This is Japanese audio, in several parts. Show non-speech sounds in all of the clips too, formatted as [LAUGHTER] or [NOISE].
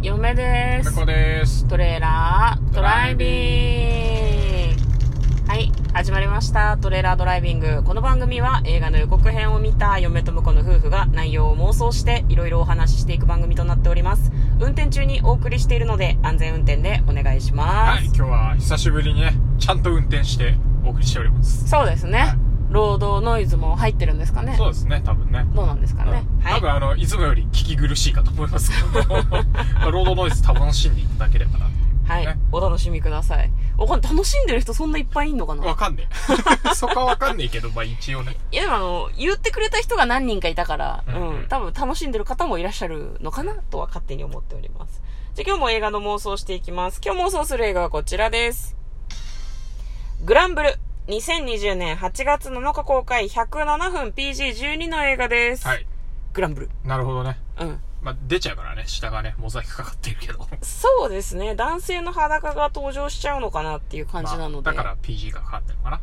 嫁で梅す子ですトレーラードライビングはい始まりましたトレーラードライビングこの番組は映画の予告編を見た嫁と婿の夫婦が内容を妄想していろいろお話ししていく番組となっております運転中にお送りしているので安全運転でお願いしまはいす、今日は久しぶりにねちゃんと運転してお送りしておりますそうですね、はい労働ノイズも入ってるんですかねそうですね多分ねどうなんですかね、うんはい多分あのいつもより聞き苦しいかと思いますけ [LAUGHS] どまあロードノイズ楽しんでいただければなはい、ねお楽しみくださいおこれ楽しんでる人そんないっぱいいんのかなわかんねえ [LAUGHS] そこはわかんねえけどまあ一応ねいやでもあの、言ってくれた人が何人かいたから、うんうんうん、多分楽しんでる方もいらっしゃるのかなとは勝手に思っております。じゃあ今日も映画の妄想していきます。今日妄想する映画はこちらです。グランブル。2020年8月7日公開107分 PG12 の映画です。はいグランブル。なるほどねうん。まあ出ちゃうからね下がねモザイクかかってるけどそうですね。男性の裸が登場しちゃうのかなっていう感じなので。まあだから PG がかかってるのかな、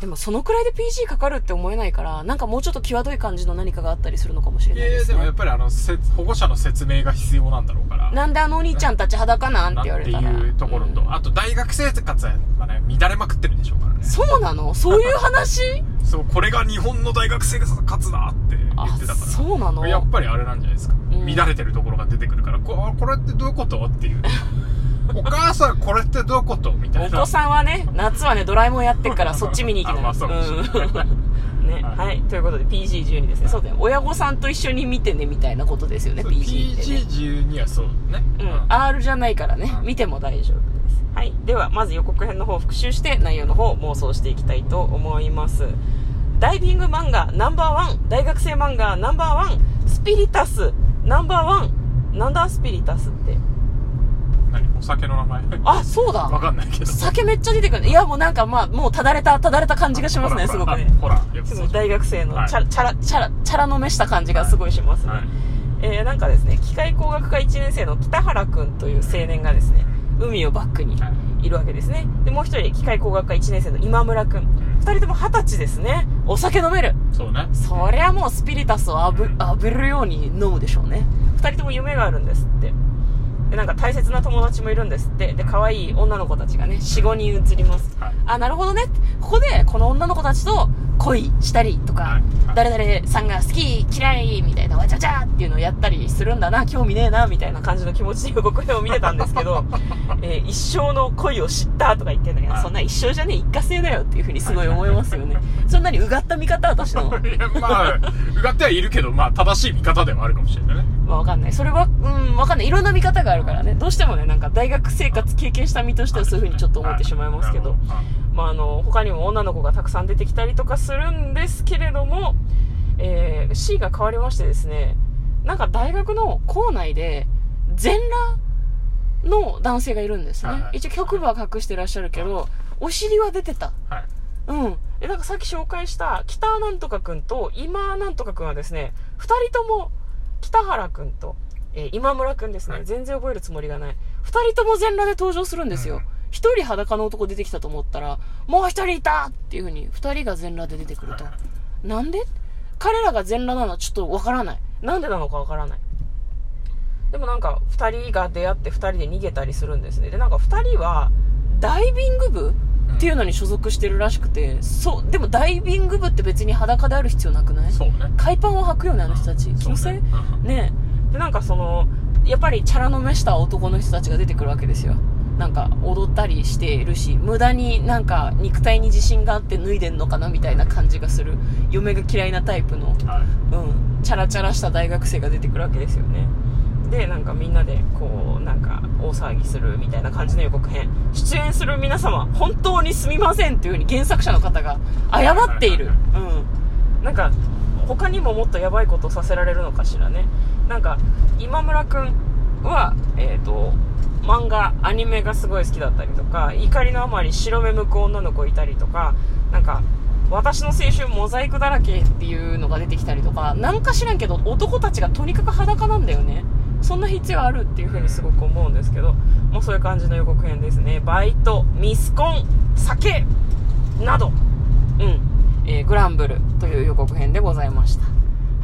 でもそのくらいで PG かかるって思えないから、なんかもうちょっと際どい感じの何かがあったりするのかもしれうん、いなやいいでやすでねも。やっぱりあのせ保護者の説明が必要なんだろうからなんであのお兄ちゃんたち裸なんって言われたら。っていうところと、うんあと大学生活がね乱れまくってるんでしょうからねそうなのそういう [LAUGHS] 話そうこれが日本の大学生活だって言あってた、かそうなのらやっぱりあれなんじゃないですか、ん乱れてるところが出てくるからここれってどういうことっ [LAUGHS] ていうお母さんこれってどういうことみたおいな子さんはね、夏はね、ドラえもんやってる [LAUGHS] から、そっち見に行きあまなあそうかもしれないうん [LAUGHS] ね、はいはい。ということで、PG12 ですね。そうだよ。親御さんと一緒に見てね、みたいなことですよね、そう PG ってね。 PG12 はそうね、ううんん。R じゃないからねう、ん見ても大丈夫です。はい。では、まず予告編の方を復習して、内容の方を妄想していきたいと思います。ダイビング漫画ナンバーワン、大学生漫画ナンバーワン、スピリタスナンバーワン。なんだスピリタスって。何お酒の名前 [LAUGHS] あ、そうだ。わかんないけど酒めっちゃ出てくるいやもうなんかまあもうただれたただれた感じがしますねすほごらくねほらほらやっぱすそごうい大学生のはいチャラチャラチャラチャラのめした感じがすごいしますね、はいえー、なんかですね機械工学科1年生の北原くんという青年がですね海をバックにはいいるわけですねでもう一人機械工学科1年生の今村くんん二人とも二十歳ですねお酒飲めるそうねそりゃもうスピリタスをあぶうんあぶるように飲むでしょうね二人とも夢があるんですってでなんか大切な友達もいるんですってで可愛い女の子たちがね45人移りますはいあなるほどねここでこの女の子たちと恋したりとか、はいはい誰々さんが好き嫌いみたいなわちゃわちゃっていうのをやったりするんだな興味ねえなみたいな感じの気持ちで予告編を見てたんですけ [LAUGHS] ど、えー一生の恋を知ったとか言ってんだけどはいそんな一生じゃねえ一過性だよっていうふうにすごい思いますよねそんなにうがった見方私のい [LAUGHS] やまあうがってはいるけどまあ正しい見方ではあるかもしれないねまあ、わかんない。それは、うん、わかんない。いろんな見方があるからね。どうしてもね、なんか大学生活経験した身としてはそういうふうにちょっと思ってしまいますけど。まあ、あの、他にも女の子がたくさん出てきたりとかするんですけれども、えー、C が変わりましてですね、なんか大学の校内で、全裸の男性がいるんですはいねは。い一応局部は隠してらっしゃるけど、お尻は出てた。はいうん。え、なんかさっき紹介した北なんとかくんと今なんとかくんはですね、二人とも北原くんと、えー今村くんですね、はい全然覚えるつもりがない。二人とも全裸で登場するんですうよん。一、人裸の男出てきたと思ったら、もう一人いたっていうふうに二人が全裸で出てくるとは。なんで彼らが全裸なのはちょっとわからない。なんでなのかわからない。でもなんか二人が出会って二人で逃げたりするんですね。で、なんか二人はダイビング部っていうのに所属してるらしくて、そう、でもダイビング部って別に裸である必要なくないそうね海パンを履くよね、あの人たち。気のせいそうねうんねえでなんかそのやっぱりチャラのめした男の人たちが出てくるわけですよなんか踊ったりしているし無駄になんか肉体に自信があって脱いでんのかなみたいな感じがする嫁が嫌いなタイプのはいうんチャラチャラした大学生が出てくるわけですよねでなんかみんなでこうなんか大騒ぎするみたいな感じの予告編出演する皆様本当にすみませんというふうに原作者の方が謝っているはいうんなんか他にももっとやばいことをさせられるのかしらねなんか今村くんはえっ、と漫画アニメがすごい好きだったりとか怒りのあまり白目向く女の子いたりとかなんか私の青春モザイクだらけっていうのが出てきたりとかなんか知らんけど男たちがとにかく裸なんだよねそんな必要あるっていうふうにすごく思うんですけどもうそういう感じの予告編ですねバイトミスコン酒などうん、えーグランブルという予告編でございました。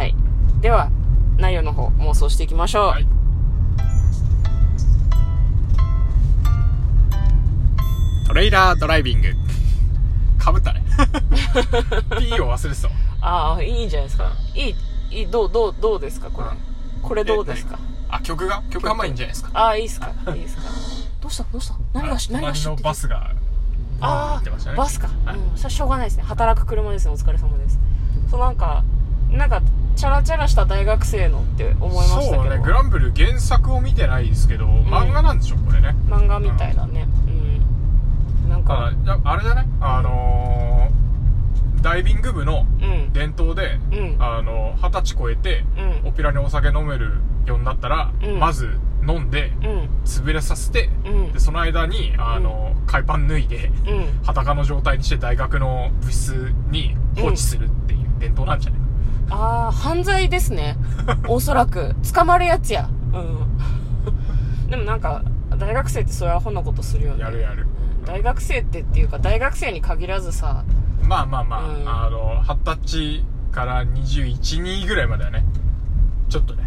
はい。では、内容の方、妄想していきましょう。はいトレイラードライビング。かぶった [LAUGHS] ね。P を忘れてたわああいいんじゃないですかいいいいどうどうどうですかこれうんこれどうですかあ、曲が曲がまいいんじゃないですか。ああいいっす [LAUGHS] かいいっすかどうしたどうした何がし何がし隣のバスが、あバーンってましたあね。バスか、はいうんそれはしょうがないですね働く車ですねお疲れ様ですそうなんかなんかチャラチャラした大学生のって思いましたけどそうね、グランブル原作を見てないですけど、漫画なんでしょ、これね。漫画みたいだねうんなんあかやあれじゃないあのー、ダイビング部のうん伝統で、うんあの二十歳超えて、うんオペラにお酒飲めるようになったら、うんまず飲んで、うん潰れさせて、うんでその間にあの、海パン脱いでうん裸の状態にして大学の部室に放置するっていう伝統なんじゃないか、ああ犯罪です [LAUGHS] ねおそらく捕まるやつやうんでもなんか大学生ってそういうアホなことするよねやるやる大学生ってっていうか大学生に限らずさまあまあまあ、うんあの二十歳から212ぐらいまではねちょっとね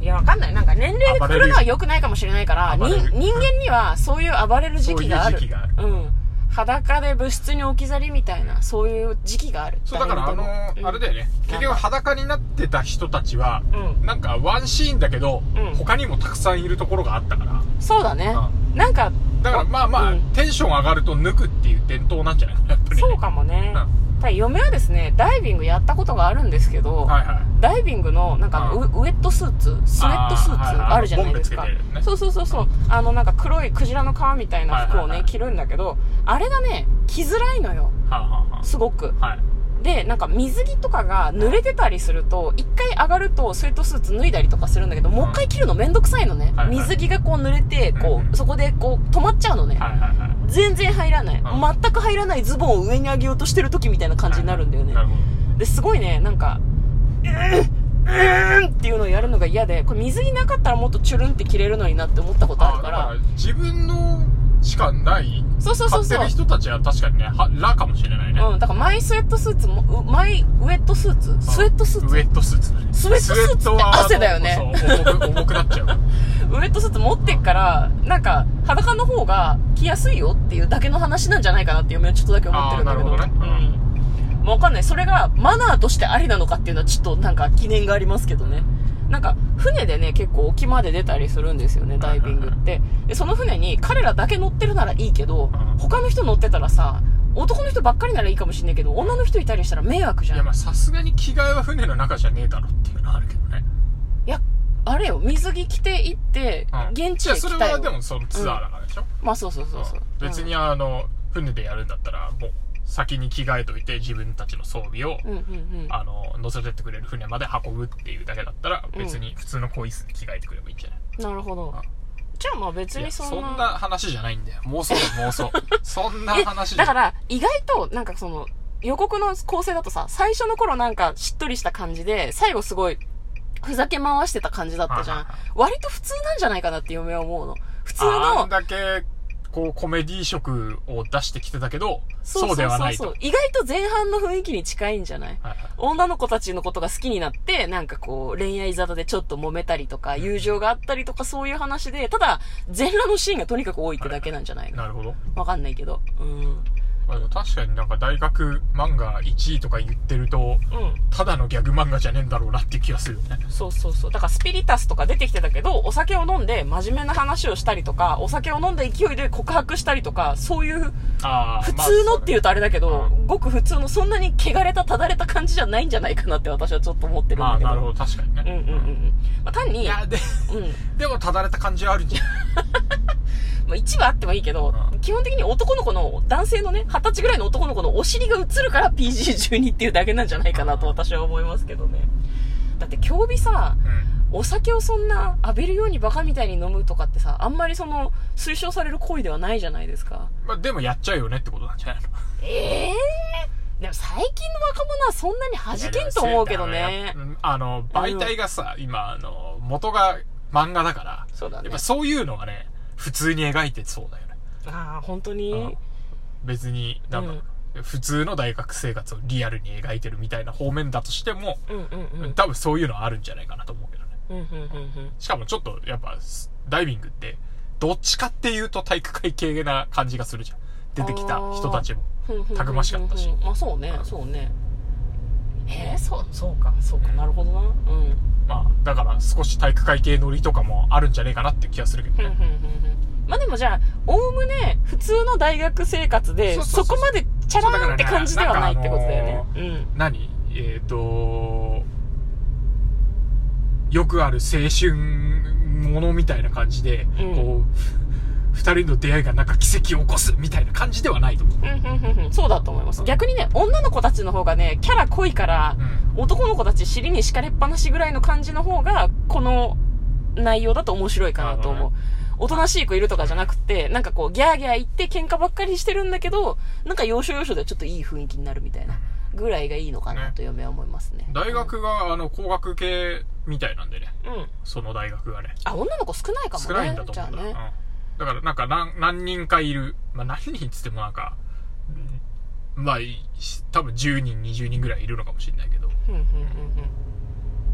いやわかんないなんか年齢でくくるのは良くないかもしれないから暴にれる人間にはそういう暴れる時期があるそういう時期があるうん裸で部室に置き去りみたいなそういう時期があるそうだからあのあれだよよね結局裸になってた人たちは、うんなんかワンシーンだけど、うん他にもたくさんいるところがあったからそうだねなんかだからまあまあ、うんテンション上がると抜くっていう伝統なんじゃないかなやっぱり、ね、そうかもねただ嫁はですねダイビングやったことがあるんですけど、はいはいダイビングのなんかウ,、うんウエットスーツスウェットスーツあーはいはいあるじゃないですあか、のボンベつけてるねそうそうそうそうあのなんか黒いクジラの皮みたいな服をね、はいはいはい着るんだけどあれがね着づらいのよはあ、はあはすごくあ、はいでなんか水着とかが濡れてたりすると一回上がるとスウェットスーツ脱いだりとかするんだけどもう一回着るのめんどくさいのね、はいはい水着がこう濡れてこうんううんそこでこう止まっちゃうのね、はいはいはい全然入らない、うん全く入らないズボンを上に上げようとしてる時みたいな感じになるんだよね、なるほどですごいねなんか「うーん」うーんっていうのをやるのが嫌でこれ水着なかったらもっとチュルンって着れるのになって思ったことあるからだから自分のしかないそうそうそうそう買ってる人たちは確かにねはラかもしれないね、うん、だからマイスウェットスーツもうマイウェットスーツスウェットスーウツェットスーツだねスウェットスーツってウェは汗だよねそう重く重くなっちゃうからウェットスーツ持ってっからなんか裸の方が着やすいよっていうだけの話なんじゃないかなって嫁はちょっとだけ思ってるんだけどあーなるほどねうんまあ、わかんないそれがマナーとしてありなのかっていうのはちょっとなんか疑念がありますけどねなんか船でね結構沖まで出たりするんですよねダイビングってでその船に彼らだけ乗ってるならいいけどうん他の人乗ってたらさ男の人ばっかりならいいかもしんないけど女の人いたりしたら迷惑じゃいんやまあさすがに着替えは船の中じゃねえだろっていうのはあるけどねいやあれよ水着着て行ってうん現地いやへ来それたよ、はでもそのツアーだからでしょ、まあそうそうそうそう、うん別にあの船でやるんだったらもう先に着替えといて自分たちの装備を、うんうんうんあの乗せてってくれる船まで運ぶっていうだけだったら別に普通の更衣室に着替えてくればいいんじゃない,、なるほどあじゃあまあ別いにやそそんんなな話じゃないんだよ妄想だよ妄 [LAUGHS] 想そんなえ話じだゃかないら意外となんかその予告の構成だとさ最初の頃なんかしっとりした感じで最後すごいふざけ回してた感じだったじゃはんいはいは割と普通なんじゃないかなって嫁は思うの普通あのんだけこうコメディ色を出してきてたけどそうではないと意外と前半の雰囲気に近いんじゃないはいはい女の子たちのことが好きになって、なんかこう、恋愛沙汰でちょっと揉めたりとか、友情があったりとか、そういう話で、ただ、全裸のシーンがとにかく多いってだけなんじゃないのなるほどわかんないけど。うん。まあでも確かになんか大学漫画1位とか言ってるとうん。ただのギャグ漫画じゃねえんだろうなっていう気がするよねそうそうそう。だからスピリタスとか出てきてたけど、お酒を飲んで真面目な話をしたりとか、お酒を飲んだ勢いで告白したりとか、そういうああ普通のっていううとあれだけど、うごく普通のそんなに汚れたただれた感じじゃないんじゃないかなって私はちょっと思ってるんまだあけど。なるほど確かにね、うんうんうんうん。まあ、単いに、やでうん。でもただれた感じはあるじゃんまあ、1はあってもいいけど、うん基本的に男の子の、男性のね、20歳ぐらいの男の子のお尻が映るから PG12 っていうだけなんじゃないかなと私は思いますけどね。だって、競技さ、お酒をそんな浴びるようにバカみたいに飲むとかってさ、あんまりその、推奨される行為ではないじゃないですか。まあ、でもやっちゃうよねってことなんじゃないのええでも最近の若者はそんなに弾けんと思うけどね。あの媒体がさ、今あの元が漫画だからそうだねやっぱそういうのがね普通に描いてそうだよねああ、本当うにん。別になんだろう普通の大学生活をリアルに描いてるみたいな方面だとしても、うんうんうん。多分そういうのはあるんじゃないかなと思うけどねうんうんうんしかもちょっとやっぱダイビングってどっちかっていうと体育会系な感じがするじゃん出てきた人たちもたくましかったしうんうんうんうんまあそうねそうねえー、そうそうかそうかなるほどなうんうんうんまあだから少し体育会系乗りとかもあるんじゃねえかなって気がするけどうんうねんまあでもじゃあおおむね普通の大学生活でそうそうそそうこまでチャラーンって感じではないってことだよねそうだからなんかうん何えっ、とよくある青春ものみたいな感じで、うんこう二人の出会いがなんか奇跡を起こすみたいな感じではないと思う、うんうんうんうんそうだと思います逆にね女の子たちの方がねキャラ濃いからうん男の子たち尻に敷かれっぱなしぐらいの感じの方がこの内容だと面白いかなとな思るうほおとなしい子いるとかじゃなくてなんかこうギャーギャー言って喧嘩ばっかりしてるんだけどなんか要所要所でちょっといい雰囲気になるみたいなぐらいがいいのかなと嫁は思いますね大学があの工学系みたいなんでねうんその大学がねあ女の子少ないかもね少ないんだとじゃ思あうんだ、ねうん、だからなんか何何人かいる、まあ、何人っつってもなんか、うんまあい多分10人20人ぐらいいるのかもしれないけどうんうんうんう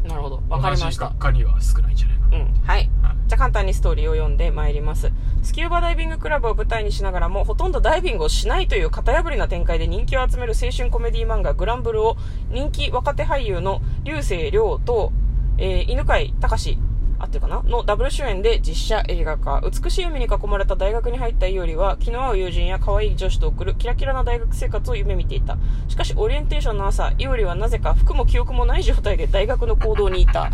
んなるほどわかりま同しじた学科には少ないんじゃないかな、うんはいはいじゃあ簡単にストーリーを読んでまいります。スキューバダイビングクラブを舞台にしながらも、ほとんどダイビングをしないという型破りな展開で人気を集める青春コメディ漫画グランブルを人気若手俳優の竜星涼と、えー犬飼隆あってるかなのダブル主演で実写映画化。美しい海に囲まれた大学に入った伊織は、気の合う友人や可愛い女子と送るキラキラな大学生活を夢見ていた。しかし、オリエンテーションの朝、伊織はなぜか服も記憶もない状態で大学の行動にいた。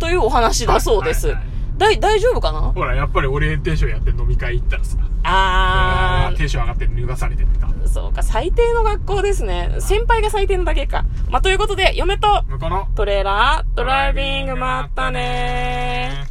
というお話だそうです。はいはいはいだい大丈夫かなほらやっぱりオリエンテーションやって飲み会行ったらさあテンション上がって脱がされてったー、そうか、最低の学校ですね。先輩が最低のだけか。まあ、ということで、嫁と向こうのトレーラー、ドライビング、まったねー。